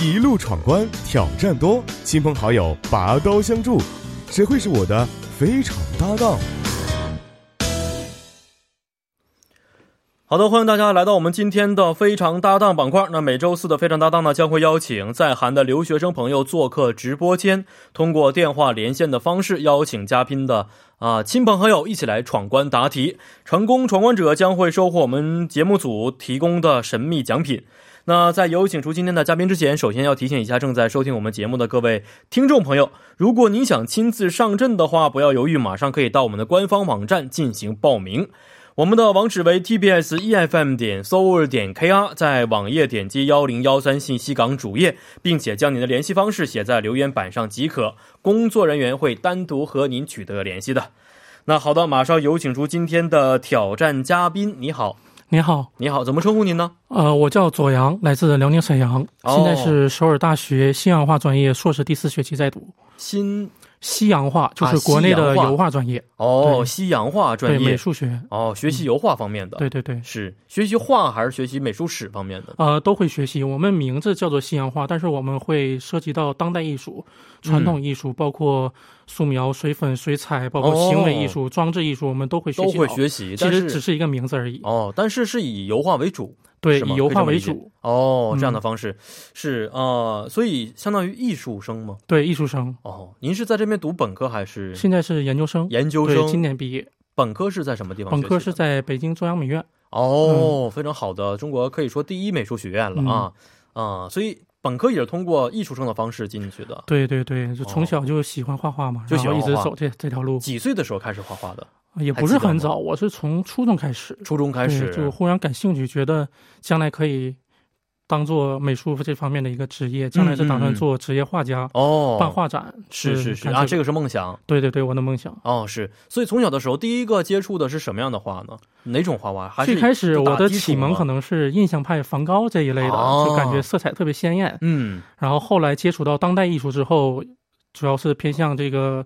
一路闯关，挑战多，亲朋好友拔刀相助，谁会是我的非常搭档？好的，欢迎大家来到我们今天的非常搭档板块。那每周四的非常搭档呢，将会邀请在韩的留学生朋友做客直播间，通过电话连线的方式邀请嘉宾的啊、亲朋好友一起来闯关答题，成功闯关者将会收获我们节目组提供的神秘奖品。那在有请出今天的嘉宾之前，首先要提醒一下正在收听我们节目的各位听众朋友，如果您想亲自上阵的话，不要犹豫，马上可以到我们的官方网站进行报名。我们的网址为 tbs efm E 点 s o u r 点 kr，在网页点击幺零幺三信息港主页，并且将您的联系方式写在留言板上即可，工作人员会单独和您取得联系的。那好的，马上有请出今天的挑战嘉宾。你好，你好，你好，怎么称呼您呢？呃，我叫左阳，来自辽宁沈阳，哦现在是首尔大学西洋画专业硕士第四学期在读。新西洋画就是国内啊的西洋画油画专业，哦，对西洋画对专美业术学，哦，学习油画方面的，对对对，是学习画还是学习美术史方面的？呃，都会学习。我们名字叫做西洋画，但是我们会涉及到当代艺术、传统艺术，包括素描、水粉、水彩，包括哦行为艺术、装置艺术，我们都会学都习到。会学习，其但实只是是一个名字而已。哦，但是是以油画为主。对，是吗以油可以这画么理为解主，哦，嗯这样的方式、是啊、呃所以相当于艺术生吗？对艺术生，哦，您是在这边读本科还是现在是研究生，研究对，今生？年毕业，本科是在什么地方学本习的？科是在嗯北京中央美院。哦，非常好的，中国可以说第一美术学院了啊嗯啊、所以本科也是通过艺术生的方式进去的。对对对，就从哦小就喜欢画画嘛，就喜欢然后一直画画走这这条路，几岁的时候开始画画的？也还不记是得很吗早，我是从初中开始，初中开始对，就忽然感兴趣，觉得将来可以当做美术这方面的一个职业，将来是打嗯嗯算嗯做职业画家，哦，办画嗯展，是是是干啊，这这个个是梦想对对对，我的梦想。哦，是。所以从小的时候，第一个接触的是什么样的画呢？哪种画画？还是最开始就打我的基础启蒙吗可能是印象派、梵高这一类的，就感哦觉色彩特别鲜艳。嗯然后后来接触到当代艺术之后，主要是偏向这个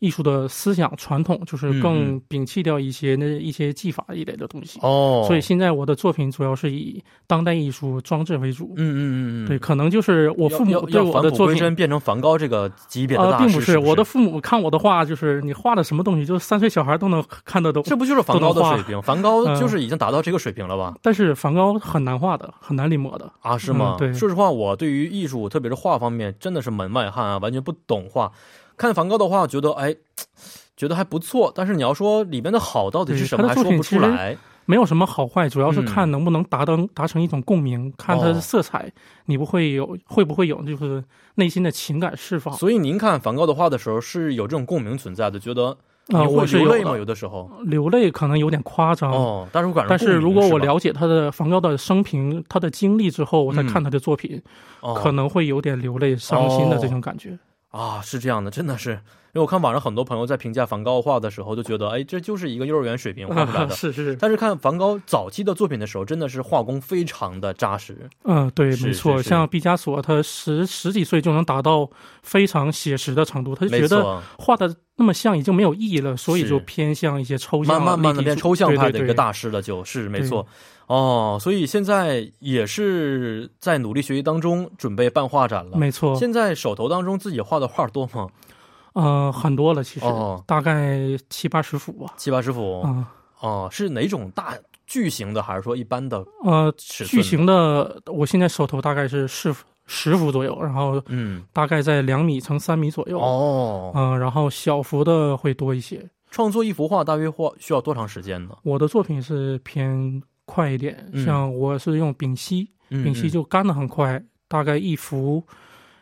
艺术的思想传统，就是嗯更摒弃掉一些那一些技法一类的东西。哦，所以现在我的作品主要是以当代艺术装置为主。嗯嗯嗯嗯，对，可能就是我我父母对我的作品。变成梵高这个级别的呃，大师，并不是我的，父母看我的画，就是你画的什么东西，就是三岁小孩都能看得懂。这不就是梵高的水平？梵高嗯就是已经达到这个水平了吧？但是梵高很难画的，很难临摹的。啊，是吗？嗯对说实话，我对于艺术，特别是画方面，真的是门外汉啊，完全不懂画。看梵高的画，觉得哎，觉得还不错，但是你要说里面的好到底是对什他么，的还说作品不出来。没有什么好坏，主要是嗯看能不能达成达成一种共鸣，看它哦的色彩，你不会有会不会有就是内心的情感释放。所以您看梵高的画的时候，是有这种共鸣存在的，觉得你啊、会我是流有泪吗？的有的时候流泪可能有点夸张，哦，但是我感觉但是如果我聊，了解他的梵高的生平、他的经历之后，我再看他的作品，嗯哦可能会有点流泪、伤心的这种感觉。啊，是这样的，真的是，因为我看网上很多朋友在评价梵高画的时候，就觉得，哎，这就是一个幼儿园水平画出来的。 是是 是，但是看梵高早期的作品的时候，真的是画工非常的扎实。嗯，对，是没错。是是像毕加索，他十十几岁就能达到非常写实的程度，他就没觉得错，画的那么像已经没有意义了，所以是就偏向一些抽象啊、慢慢慢的立体变主义抽象派的一个。对对对大师了，就是没错。哦，所以现在也是在努力学习当中，准备办画展了。没错，现在手头当中自己画的画多吗？呃，很多了，其实、哦大概七八十幅吧。七八十幅。哦、啊、是哪种大巨型的，还是说一般的呃，尺寸？巨，型的，我现在手头大概是十十幅左右，然后嗯，大概在两米乘三米左右。哦，嗯、然后小幅的会多一些。创作一幅画大约画需要多长时间呢？我的作品是偏快一点，嗯像我是用丙烯，嗯丙烯就干的很快，大概一幅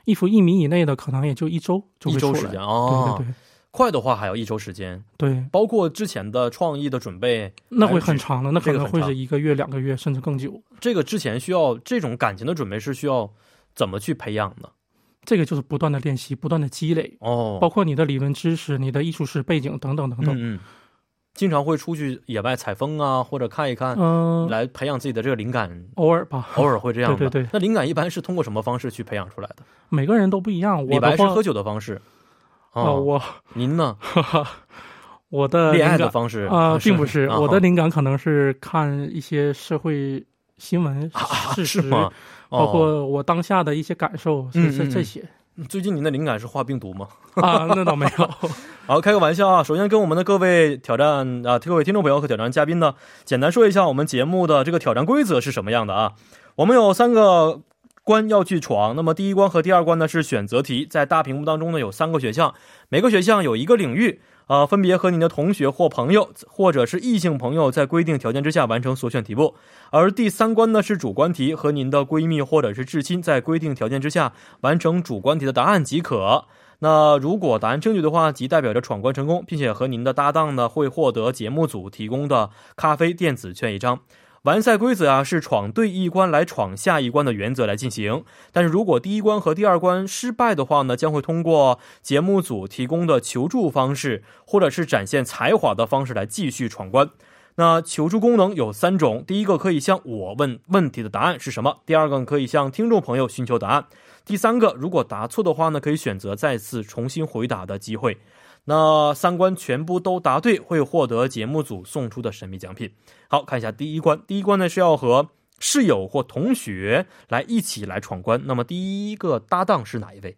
一幅一米以内的，可能也就一周就一会出周来。时间哦，对对对快的话还要一周时间，对，包括之前的创意的准备，那会很长的，那这可个能很会长是一个月、两个月，甚至更久。这个之前需要这种感情的准备是需要怎么去培养的？这个就是不断的练习，不断的积累，哦，包括你的理论知识、你的艺术史背景等等等等。嗯嗯，经常会出去野外采风啊，或者看一看，嗯、来培养自己的这个灵感。偶尔吧，偶尔会这样的，对对对那灵感一般是通过什么方式去培养出来的？每个人都不一样。李我白的是话，喝酒的方式，啊、哦，我您呢？我的恋爱灵的感方式啊、并不是、啊我的灵感可能是看一些社会新闻、事啊是实，吗？包哦括我当下的一些感受，嗯是这嗯这嗯些最近您的灵感是画病毒吗？啊，那倒没有。 好，开个玩笑啊！首先跟我们的各位挑战啊，各位听众朋友和挑战嘉宾呢，简单说一下我们节目的这个挑战规则是什么样的啊？我们有三个关要去闯，那么第一关和第二关呢是选择题，在大屏幕当中呢有三个选项，每个选项有一个领域。啊、分别和您的同学或朋友，或者是异性朋友，在规定条件之下完成所选题目。而第三关呢是主观题，和您的闺蜜或者是至亲，在规定条件之下完成主观题的答案即可。那如果答案正确的话，即代表着闯关成功，并且和您的搭档呢会获得节目组提供的咖啡电子券一张。完赛规则啊是闯对一关来闯下一关的原则来进行，但是如果第一关和第二关失败的话呢，将会通过节目组提供的求助方式，或者是展现才华的方式来继续闯关。那求助功能有三种，第一个可以向我问问题的答案是什么，第二个可以向听众朋友寻求答案，第三个，如果答错的话呢，可以选择再次重新回答的机会。那三关全部都答对，会获得节目组送出的神秘奖品。好看一下第一关，第一关呢是要和室友或同学来一起来闯关。那么第一个搭档是哪一位？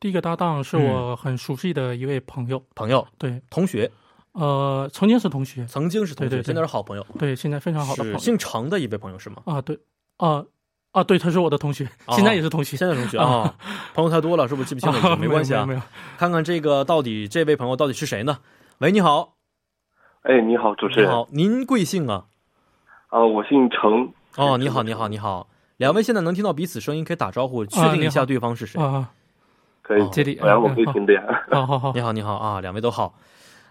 第一个搭档嗯是我很熟悉的一位朋友，朋友、对，同学，呃，曾经是同学，曾经是同学，对对对现在是好朋友，对，现在非常好的朋是友姓程的一位朋友是吗？啊，对，啊啊，对，他是我的同学，哦现在也是同学，现在同学啊、朋友太多了，是不是记不清了已经？啊没关系啊， 没有没有看看这个到底这位朋友到底是谁呢？喂，你好，哎，你好，主持你人。好，您贵姓啊？啊、我姓程。哦，你好，你好，你好，两位现在能听到彼此声音，可以打招呼，确定一下对方是谁。没有啊可以哦，这里本来我不听的呀。啊，好好你好，你好啊，两位都好。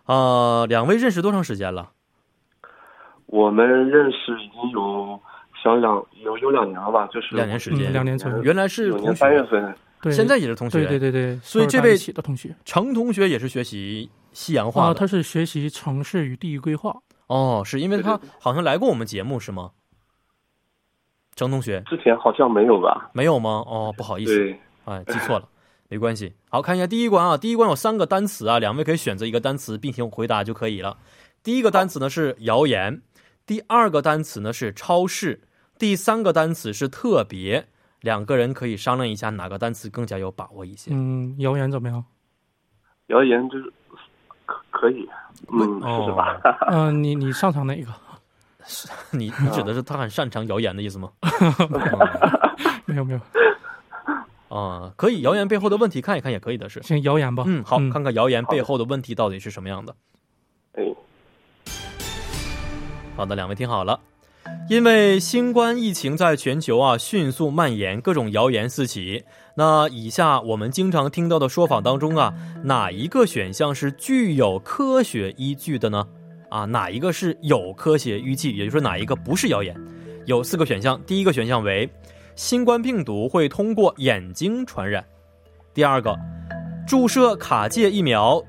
啊，两位认识多长时间了？ 我们认识已经有小两有有两年了吧，就是两年时嗯，间，两年左右，原来是九同年三月学，份。对，现在也是同学。对对对对，所以是这在一位起的同学程同学也是学习西洋啊，画的。他是学习城市与地域规划，哦，是因为他对好像来过我们节目是吗？程同学之前好像没有吧？没有吗？哦，不好意思，对，哎，记错了，没关系。好看一下第一关啊，第一关有三个单词啊，两位可以选择一个单词并且回答就可以了。第一个单词呢是谣言，第二个单词呢是超市，第三个单词是特别。两个人可以商量一下哪个单词更加有把握一些。嗯，谣言怎么样？谣言就是可可以，嗯，哦是的吧？嗯、你你擅长哪一个？ 你你指的是他很擅长谣言的意思吗？没有没有，啊、可以，谣言背后的问题看一看也可以的是。先谣言吧。嗯，好，嗯看看谣言背后的问题到底是什么样的。哦哎，好的，两位听好了。因为新冠疫情在全球啊迅速蔓延，各种谣言四起。那以下我们经常听到的说法当中啊，哪一个选项是具有科学依据的呢？啊，哪一个是有科学依据，也就是哪一个不是谣言？有四个选项，第一个选项为新冠病毒会通过眼睛传染；第二个，注射卡介疫苗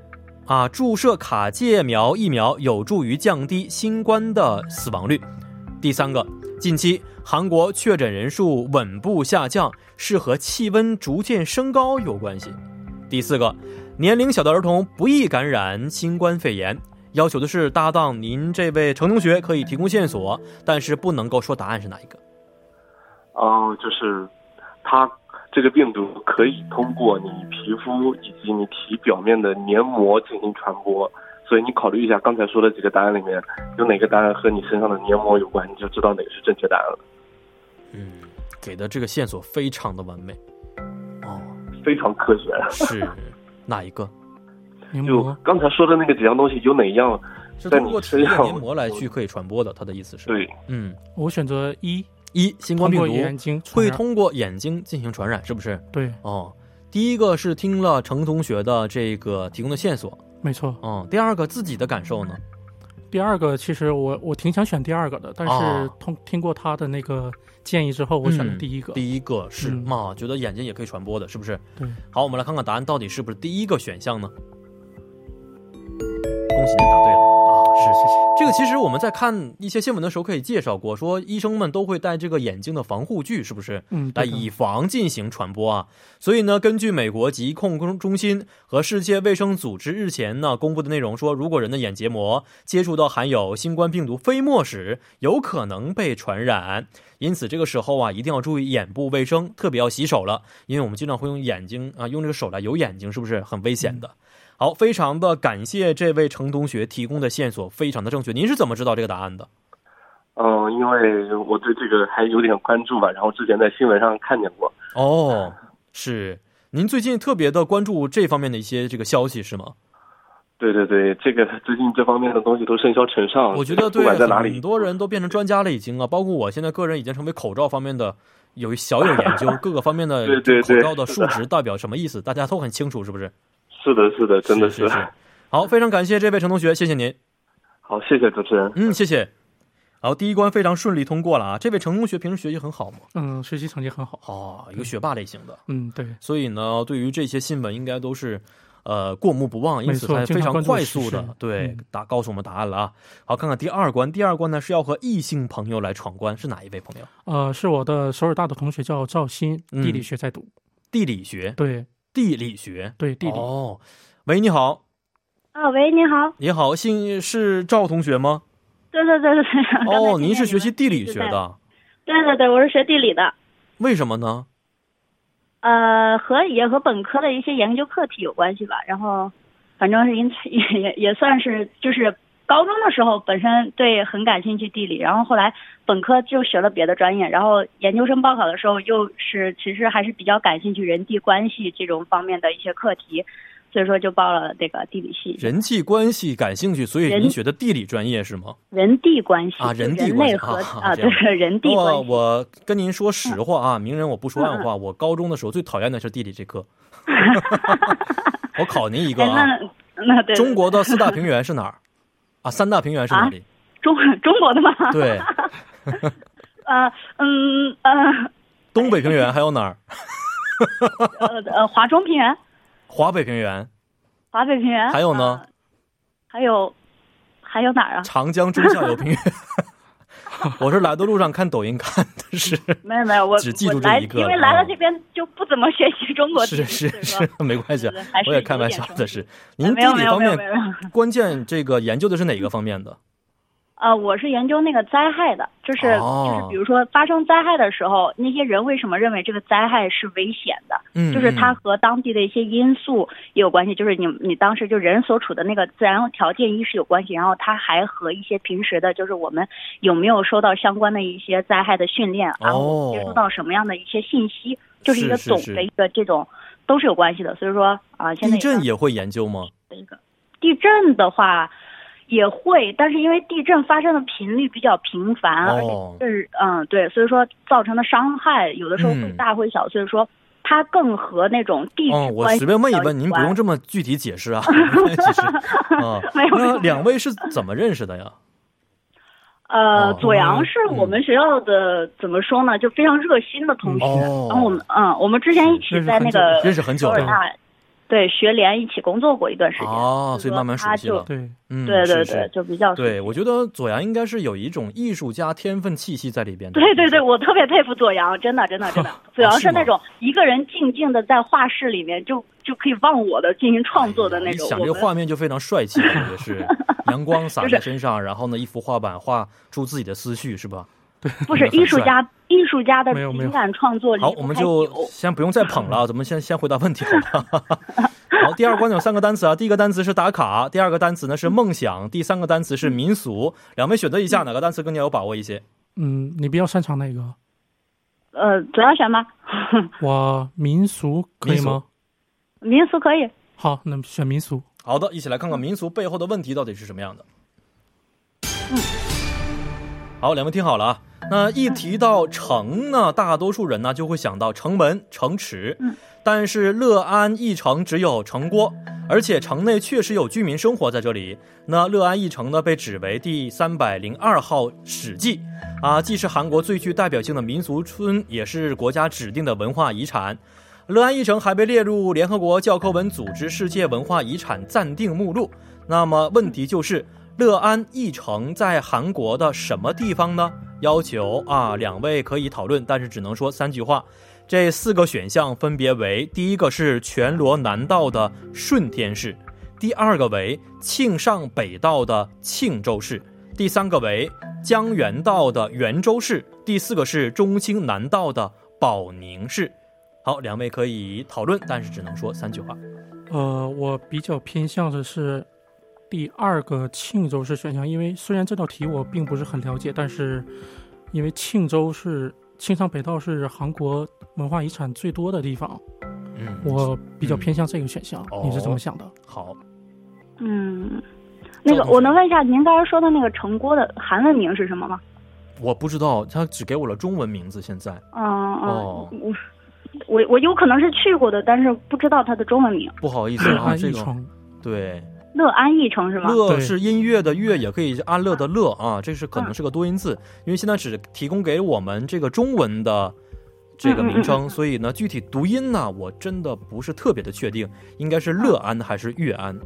啊，注射卡介苗疫苗有助于降低新冠的死亡率。第三个，近期韩国确诊人数稳步下降，是和气温逐渐升高有关系。第四个，年龄小的儿童不易感染新冠肺炎。要求的是搭档您这位程同学可以提供线索，但是不能够说答案是哪一个。哦、就是它这个病毒可以通过你皮肤以及你体表面的黏膜进行传播。所以你考虑一下刚才说的几个答案里面，有哪个答案和你身上的黏膜有关，你就知道哪个是正确答案了。嗯，给的这个线索非常的完 美。哦，非常科学。是哪一个？嗯黏就膜刚才说的那个几样东西，有哪一样？是 在通你过体身液上黏膜来去可以传播的，它的意思是？，对，嗯，我选择一，一新冠通病过毒眼睛传会染通过眼睛进行传染，是不是？对，哦，第一个是听了程同学的这个提供的线索，没错。嗯，第二个自己的感受呢？第二个其实我我挺想选第二个的，但是哦通听过他的那个建议之后，我选了嗯第一个。第一个是嗯嘛、觉得眼睛也可以传播的，是不是？对，好，我们来看看答案到底是不是第一个选项呢？恭喜您答对了啊！是，谢谢。这个其实我们在看一些新闻的时候可以介绍过，说医生们都会戴这个眼镜的防护具，是不是？嗯，来对的以防进行传播啊。所以呢，根据美国疾控中心和世界卫生组织日前呢公布的内容说，如果人的眼结膜接触到含有新冠病毒飞沫时，有可能被传染。因此，这个时候啊，一定要注意眼部卫生，特别要洗手了，因为我们经常会用眼睛啊，用这个手来揉眼睛，是不是很危险的？好，非常的感谢这位程同学提供的线索，非常的正确。您是怎么知道这个答案的？嗯，因为我对这个还有点关注吧，然后之前在新闻上看见过。哦，是您最近特别的关注这方面的一些这个消息是吗？对对对，这个最近这方面的东西都甚嚣尘上，我觉得哦不对管在哪很里，多人都变成专家了，已经啊，包括我现在个人已经成为口罩方面的有小有研 究，各个方面的对对口对罩的数值代表什么 意思，大家都很清楚，是不是？是的，是的，真的是是。好，非常感谢这位陈同学，谢谢您。好，谢谢主持人。嗯，谢谢。好，第一关非常顺利通过了啊！这位陈同学平时学习很好吗？嗯，学习成绩很好。哦，一个学霸类型的，嗯，对，所以呢，对于这些新闻应该都是呃过目不忘，因此没错才非经常常关注快速时事的对嗯答告诉我们答案了啊！好，看看第二关，第二关呢是要和异性朋友来闯关，是哪一位朋友？呃，是我的首尔大的同学叫赵鑫，嗯地理学在读。地理学，对地理学，对，地理、哦，喂，你好，啊，喂，你好，你好，姓是赵同学吗？对对对对对。刚才哦，听见您是你学习们地理一直学在？的，对对对，我是学地理的，为什么呢？呃，和也和本科的一些研究课题有关系吧。然后，反正是因此也也也算是就是高中的时候本身对很感兴趣地理，然后后来本科就学了别的专业，然后研究生报考的时候又是其实还是比较感兴趣人际关系这种方面的一些课题，所以说就报了这个地理系人际关系感兴趣，所以人您学的地理专业是吗？人地关系啊就人地人关系类和啊这对 样人地关嗯我系。哦我跟您说实话啊，名人我不说暗嗯话，我高中的时候最讨厌的是地理这 科。我考您一个哎，啊，那呃那对对中国的四大平原是哪 儿？啊，三大平原是哪里？中 中国的吗？对， 呃，嗯，呃，东北平原还有哪儿？呃，呃，华中平原、华北平 原，华北平原，还有呢呃还有，还有哪儿啊？长江中下游平原。 我是来的路上看抖音看的是，没有没有，我只记住我这来，一个因为来了嗯这边就不怎么学习中国是地理，是所是以 说，没关系啊对对还，是我也开玩笑的是。您地理方没有面没有没有没有。关键这个研究的是哪个方面的？呃，我是研究那个灾害的，就是、哦就是，比如说发生灾害的时候，那些人为什么认为这个灾害是危险的？嗯，就是它嗯和当地的一些因素也有关系，就是你你当时就人所处的那个自然条件一是有关系，然后它还和一些平时的，就是我们有没有受到相关的一些灾害的训练，然后接触到什么样的一些信息，就是一个哦是是总是的一个这种都是有关系的。所以说啊，现在地震也也会研究吗？的一个地震的话。也会，但是因为地震发生的频率比较频繁，而且哦，是嗯，对，所以说造成的伤害有的时候会嗯大会小，所以说它更和那种地哦，质我关系随便问一比较问，有您不关用这么具体解释 啊。 其实啊，没有没那有两位是怎么认识的呀？呃，哦左阳是嗯我们学校的、怎么说呢，就非常热心的同学。哦然后我们嗯，我们之前一起在那个认识很久首尔了大对学联一起工作过一段时间。哦，所所以以说慢慢熟他悉就了。对，嗯，对对是对，是就比较对，我觉得左阳应该是有一种艺术家天分气息在里边的。 对对对，我特别佩服左阳，真的真的真的，左阳是那种一个人静静的在画室里面就就可以忘我的进行创作的那一种。哎想我这个们画面就非常帅气，感觉 是阳光洒在身上，然后呢，一幅画板画出自己的思绪，是吧？不是真的很艺术家，艺术家的没有没有情感创作离好，不我们开就酒先不用再捧了，咱们先先回答问题好吧？ 好，第二关有三个单词啊，第一个单词是打卡，第二个单词呢是梦想，第三个单词是民俗。两位选择一下，哪个单词更加有把握一些？嗯，你比较擅长哪个？呃，主要选吧，我民俗可以民吗？民俗可以。好，那选民俗。好的，一起来看看民俗背后的问题到底是什么样的。嗯，好，两位听好了啊。那一提到城呢，大多数人呢就会想到城门、城池，但是乐安一城只有城郭，而且城内确实有居民生活在这里。那乐安一城呢，被指为第三百零二号史记，啊，既是韩国最具代表性的民俗村，也是国家指定的文化遗产。乐安一城还被列入联合国教科文组织世界文化遗产暂定目录。那么问题就是，乐安义城在韩国的什么地方呢？要求啊，两位可以讨论，但是只能说三句话。这四个选项分别为：第一个是全罗南道的顺天市，第二个为庆尚北道的庆州市，第三个为江原道的元州市，第四个是中兴南道的保宁市。好，两位可以讨论，但是只能说三句话。呃，我比较偏向的是第二个庆州市选项，因为虽然这道题我并不是很了解，但是因为庆州是庆尚北道是韩国文化遗产最多的地方，嗯我比较偏向这个选项。嗯你是怎么 想的？好，嗯，那赵个同学我能问一下，您刚才说的那个城郭的韩文名是什么吗？我不知道，他只给我了中文名字。现在嗯嗯，哦我我我有可能是去过的，但是不知道它的中文名。不好意思乐啊，安这一个城，对，乐安义城是吗？乐对是音乐的乐，也可以是安乐的乐啊，这是可能是个多音字，因为现在只提供给我们这个中文的这个名嗯称，所以呢，具体读音呢，我真的不是特别的确定，应该是乐安还是乐安？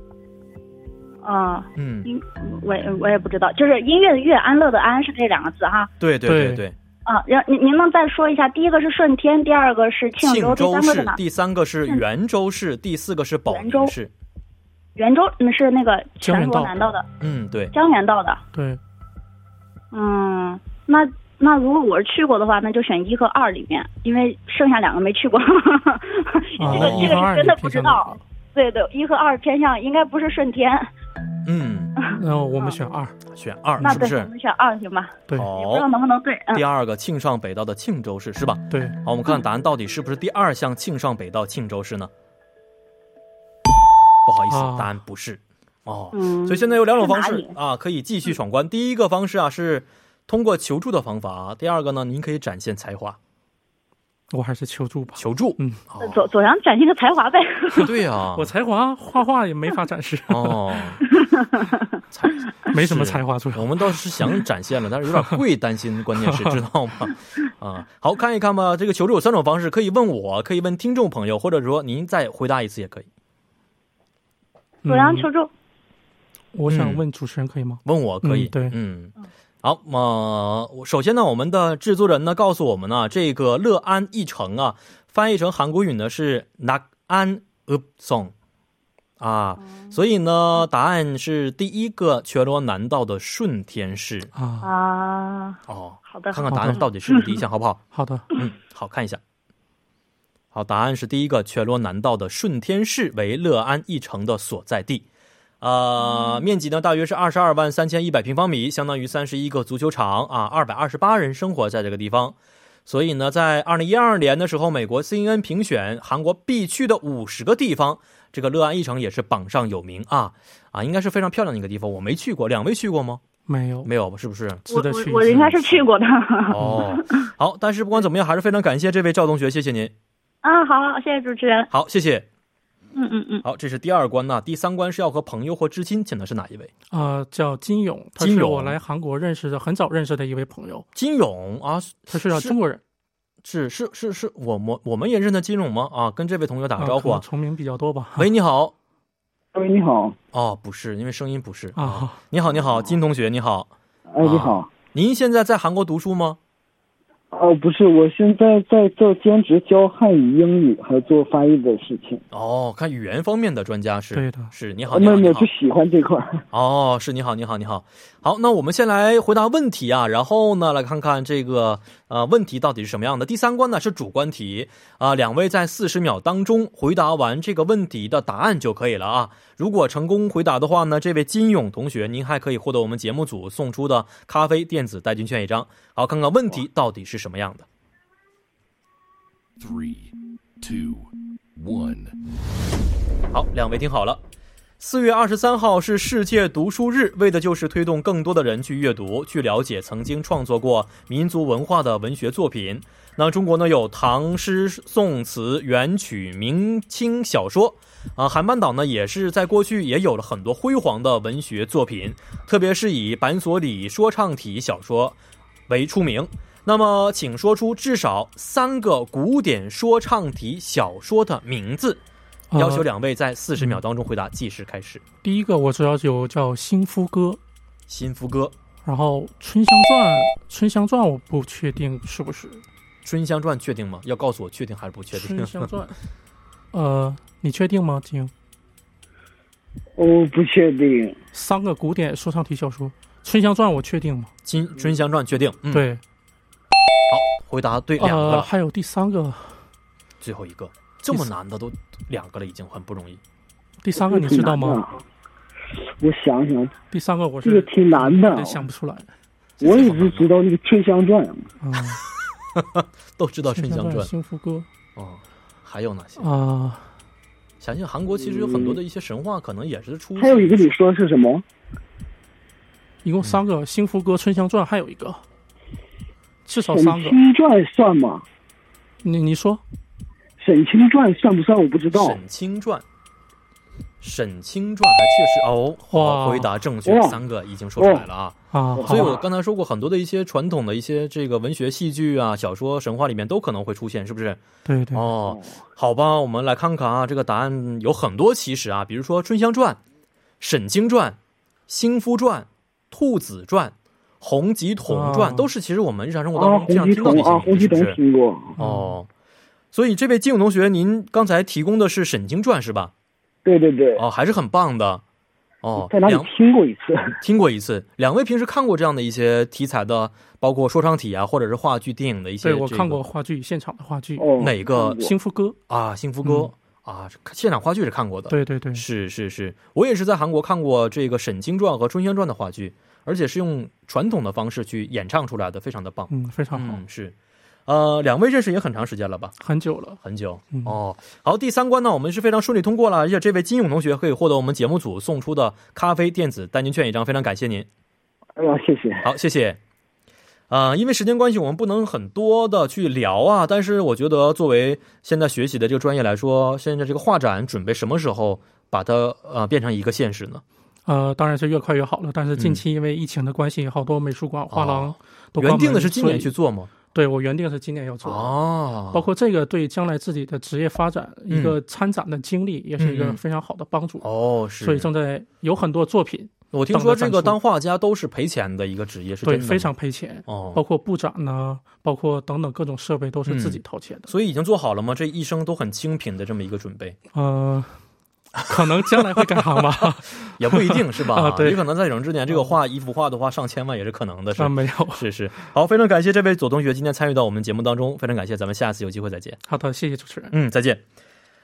啊、嗯，我也我也不知道，就是音乐的乐，安乐的安是这两个字哈。对对对对对，啊，然您您能再说一下，第一个是顺天，第二个是庆庆州，第州三个是市哪，？第三个是袁州市，第四个是保袁宁州市。袁州嗯是那个全江原道国南道的嗯，对，江原道的。对，嗯，那那如果我是去过的话，那就选一和二里面，因为剩下两个没去 过。啊这个一这和个二是真你的不偏知向哪道个？。对对，一和二偏向应该不是顺天，嗯，然后我们选二，选二那是不对，是我？们选二行吧？对也不知道好，能不能对，嗯第二个庆尚北道的庆州市是吧？对，好，我们看看答案到底是不是第二项庆尚北道庆州市呢？不好意啊思，答案不是。哦，嗯。所以现在有两种方是式哪里啊，可以继续闯关。第一个方式啊是通过求助的方法，啊第二个呢，您可以展现才华，我还是求助吧。求助。嗯，哦，左左阳展现个才华呗。对呀 我，才华画画也没法展示，哦，才 没什么是才华，主 要我们倒是想展现了，但是有点贵，担心关键是知道吗？啊，好看一看吧。这个求助有三种方式，可以问我，可以问听众朋友，或者说您再回答一次也可以。嗯左阳求助，我想嗯问主持人可以吗？问我可以，嗯对嗯，好，那、我首先呢，我们的制作人呢告诉我们呢、这个乐安一城啊，翻译成韩国语呢是 낙安 읍 성 啊，所以呢，答案是第一个全罗南道的顺天市啊，啊，哦，好的，看看好答案的到底是不是第一项，好不好？好的，嗯，好看一下。好，答案是第一个，全罗南道的顺天市为乐安一城的所在地。呃，面积呢大约是二十二万三千一百平方米，相当于三十一个足球场啊，二百二十八人生活在这个地方。所以呢，在二零一二年的时候，美国 CNN 评选韩国必去的五十个地方，这个乐安一城也是榜上有名啊啊，应该是非常漂亮的一个地方。我没去过，两位去过吗？没有，没有吧？是不是？值得去一我我次应该是去过的。哦，好，但是不管怎么样，还是非常感谢这位赵同学，谢谢您。 啊，好，谢谢主持人。好，谢谢。嗯嗯嗯，好，这是第二关呐、第三关是要和朋友或知亲，请的是哪一位？啊，叫金勇，他金是勇我来韩国认识的，很早认识的一位朋友，金勇啊，他是啊是中国人，是是是是我们我们也认得金勇吗？啊，跟这位同学打啊个招呼可能啊。重名比较多吧。喂，你好。喂，你好，哦，不是，因为声音不是。啊，你好，你好，金同学，你好。哎，你好，您现在在韩国读书吗？哦，不是，我现在在这兼职教汉语、英语，还有做翻译的事情。哦，看语言方面的专家是。对的是你好，啊，哦你没好，有没你有，好就。喜欢这块 儿。 哦，是你好，你好，你好。好，那我们先来回答问题啊，然后呢，来看看这个呃问题到底是什么样的。第三关呢是主观题啊、两位在四十秒当中回答完这个问题的答案就可以了啊。如果成功回答的话呢，这位金勇同学，您还可以获得我们节目组送出的咖啡电子代金券一张。好，看看问题到底是什么样的。 Three, two, one. 好，两位听好了。四月二十三号是世界读书日，为的就是推动更多的人去阅读，去了解曾经创作过民族文化的文学作品。那中国呢有唐诗、宋词、元曲、明清小说，啊，韩半岛呢也是在过去也有了很多辉煌的文学作品，特别是以版所里说唱体小说为出名。那么，请说出至少三个古典说唱体小说的名字。呃嗯要求两位在四十秒当中回答，计时开始。第一个我知道有叫《新夫歌》，新夫歌。然后《春香传》，《春香传》我不确定是不是《 《春香传》确定吗？要告诉我确定还是不确定春？香传》。 呃，你确定吗，晶？我不确定。三个古典说唱体小说，《春香传》我确定吗？金《春香传》确定。嗯，，对，回答对两个呃，了，还有第三个，最后一个这么难的都两个了，已经很不容易。第三个你知道啊哦吗？？ 我想想，第三个我这个是挺难的有点，想不出来。我也只知道那个《春香传》。嗯，《 都知道《春香传》幸福歌哦，还有哪些？啊，想想韩国其实有很多的一些神话，可能也是出自还有一个你说是什么？一嗯共三个，《幸福歌》《春香传》，还有一个，至少沈三个。清传算吗？你你说沈清传算不算？我不知道。沈清传》。《沈清传》还确实哦，哇好回答正确，哇三个已经说出来了啊。啊？好所以我吧，刚才说过，很多的一些传统的一些这个文学、戏剧啊、小说、神话里面都可能会出现，是不是？对嗯对，哦，好吧，我们来看看啊，这个答案有很多其实啊，比如说《春香传》《沈经传》《兴夫传》《兔子传》《红极童传》哦都是其实我们日常生活当啊，中经洪常听七到的童一些啊，洪名字，是七不童是？听过。哦，所以这位金勇同学，您刚才提供的是《沈经传》是吧？对对对，哦，还是很棒的。哦，在哪里两听过一次？听过一次。两位平时看过这样的一些题材的，包括说唱体啊，或者是话剧、电影的一些、对这个。我看过话剧，现场的话剧《哦，哪个听过幸福歌》。啊，《幸福歌》啊，现场话剧是看过的。嗯对对对，是是是，我也是在韩国看过这个《沈经传》和《春香传》的话剧，而且是用传统的方式去演唱出来的，非常的棒。嗯，非常好，嗯，是，呃，两位认识也很长时间了吧？很久了。很久嗯哦。好，第三关呢，我们是非常顺利通过了，而且这位金勇同学可以获得我们节目组送出的咖啡电子代金券一张，非常感谢您。哎呀，谢谢。好，谢谢。啊、因为时间关系，我们不能很多的去聊啊。但是我觉得，作为现在学习的这个专业来说，现在这个画展准备什么时候把它呃变成一个现实呢？呃，当然是越快越好了。但是近嗯期因为疫情的关系，好多美术馆、画廊哦都原关门定的是今年所去以做吗？对我原定是今年要做的，哦，包括这个对将来自己的职业发展、嗯一个参展的经历，也是嗯一个嗯非常好的帮助。哦，是。所以正在有很多作品，我听说等着这展个出当画家都是赔钱的一个职业，是真对，的吗非常赔钱，包哦。括布展呢，包括等等各种设备都是自己掏钱的。所以已经做好了吗？这一生都很清贫的这么一个准备，呃，可能将来会改行 吧？也不一定是吧？ 啊对嗯也可能在有生之年，这个画一幅画的话，上千万也是可能的，是啊，没有。是是，好，非常感谢这位左同学今天参与到我们节目当中，非常感谢，咱们下次有机会再见。好的，谢谢主持人。嗯，再见。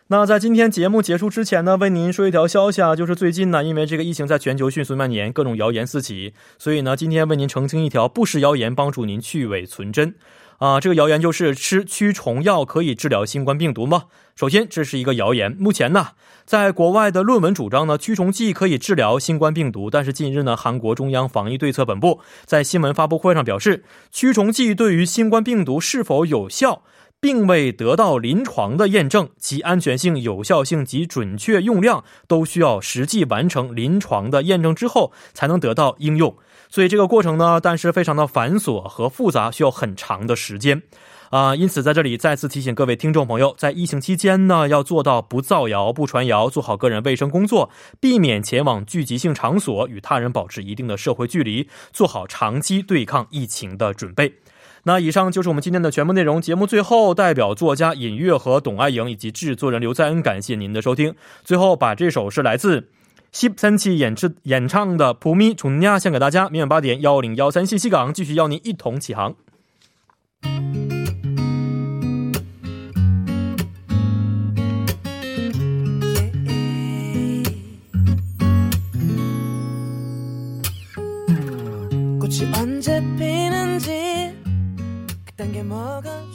那在今天节目结束之前呢，为您说一条消息啊，就是最近呢，因为这个疫情在全球迅速蔓延，各种谣言四起，所以呢，今天为您澄清一条不实谣言，帮助您去伪存真。啊，这个谣言就是吃驱虫药可以治疗新冠病毒吗？首先，这是一个谣言。目前呢，在国外的论文主张呢，驱虫剂可以治疗新冠病毒，但是近日呢，韩国中央防疫对策本部在新闻发布会上表示，驱虫剂对于新冠病毒是否有效，并未得到临床的验证，其安全性、有效性及准确用量都需要实际完成临床的验证之后才能得到应用。所以这个过程呢，但是非常的繁琐和复杂，需要很长的时间。啊、因此在这里再次提醒各位听众朋友，在疫情期间呢，要做到不造谣、不传谣，做好个人卫生工作，避免前往聚集性场所，与他人保持一定的社会距离，做好长期对抗疫情的准备。那以上就是我们今天的全部内容。节目最后，代表作家尹月和董爱颖以及制作人刘在恩，感谢您的收听。最后，把这首是来自 s h i p s e n c i 演制演唱的《普米楚尼亚》献给大家。明晚八点幺零幺三信息港继续邀您一同起航。 꽃이 언제 피는지 그딴 게 뭐가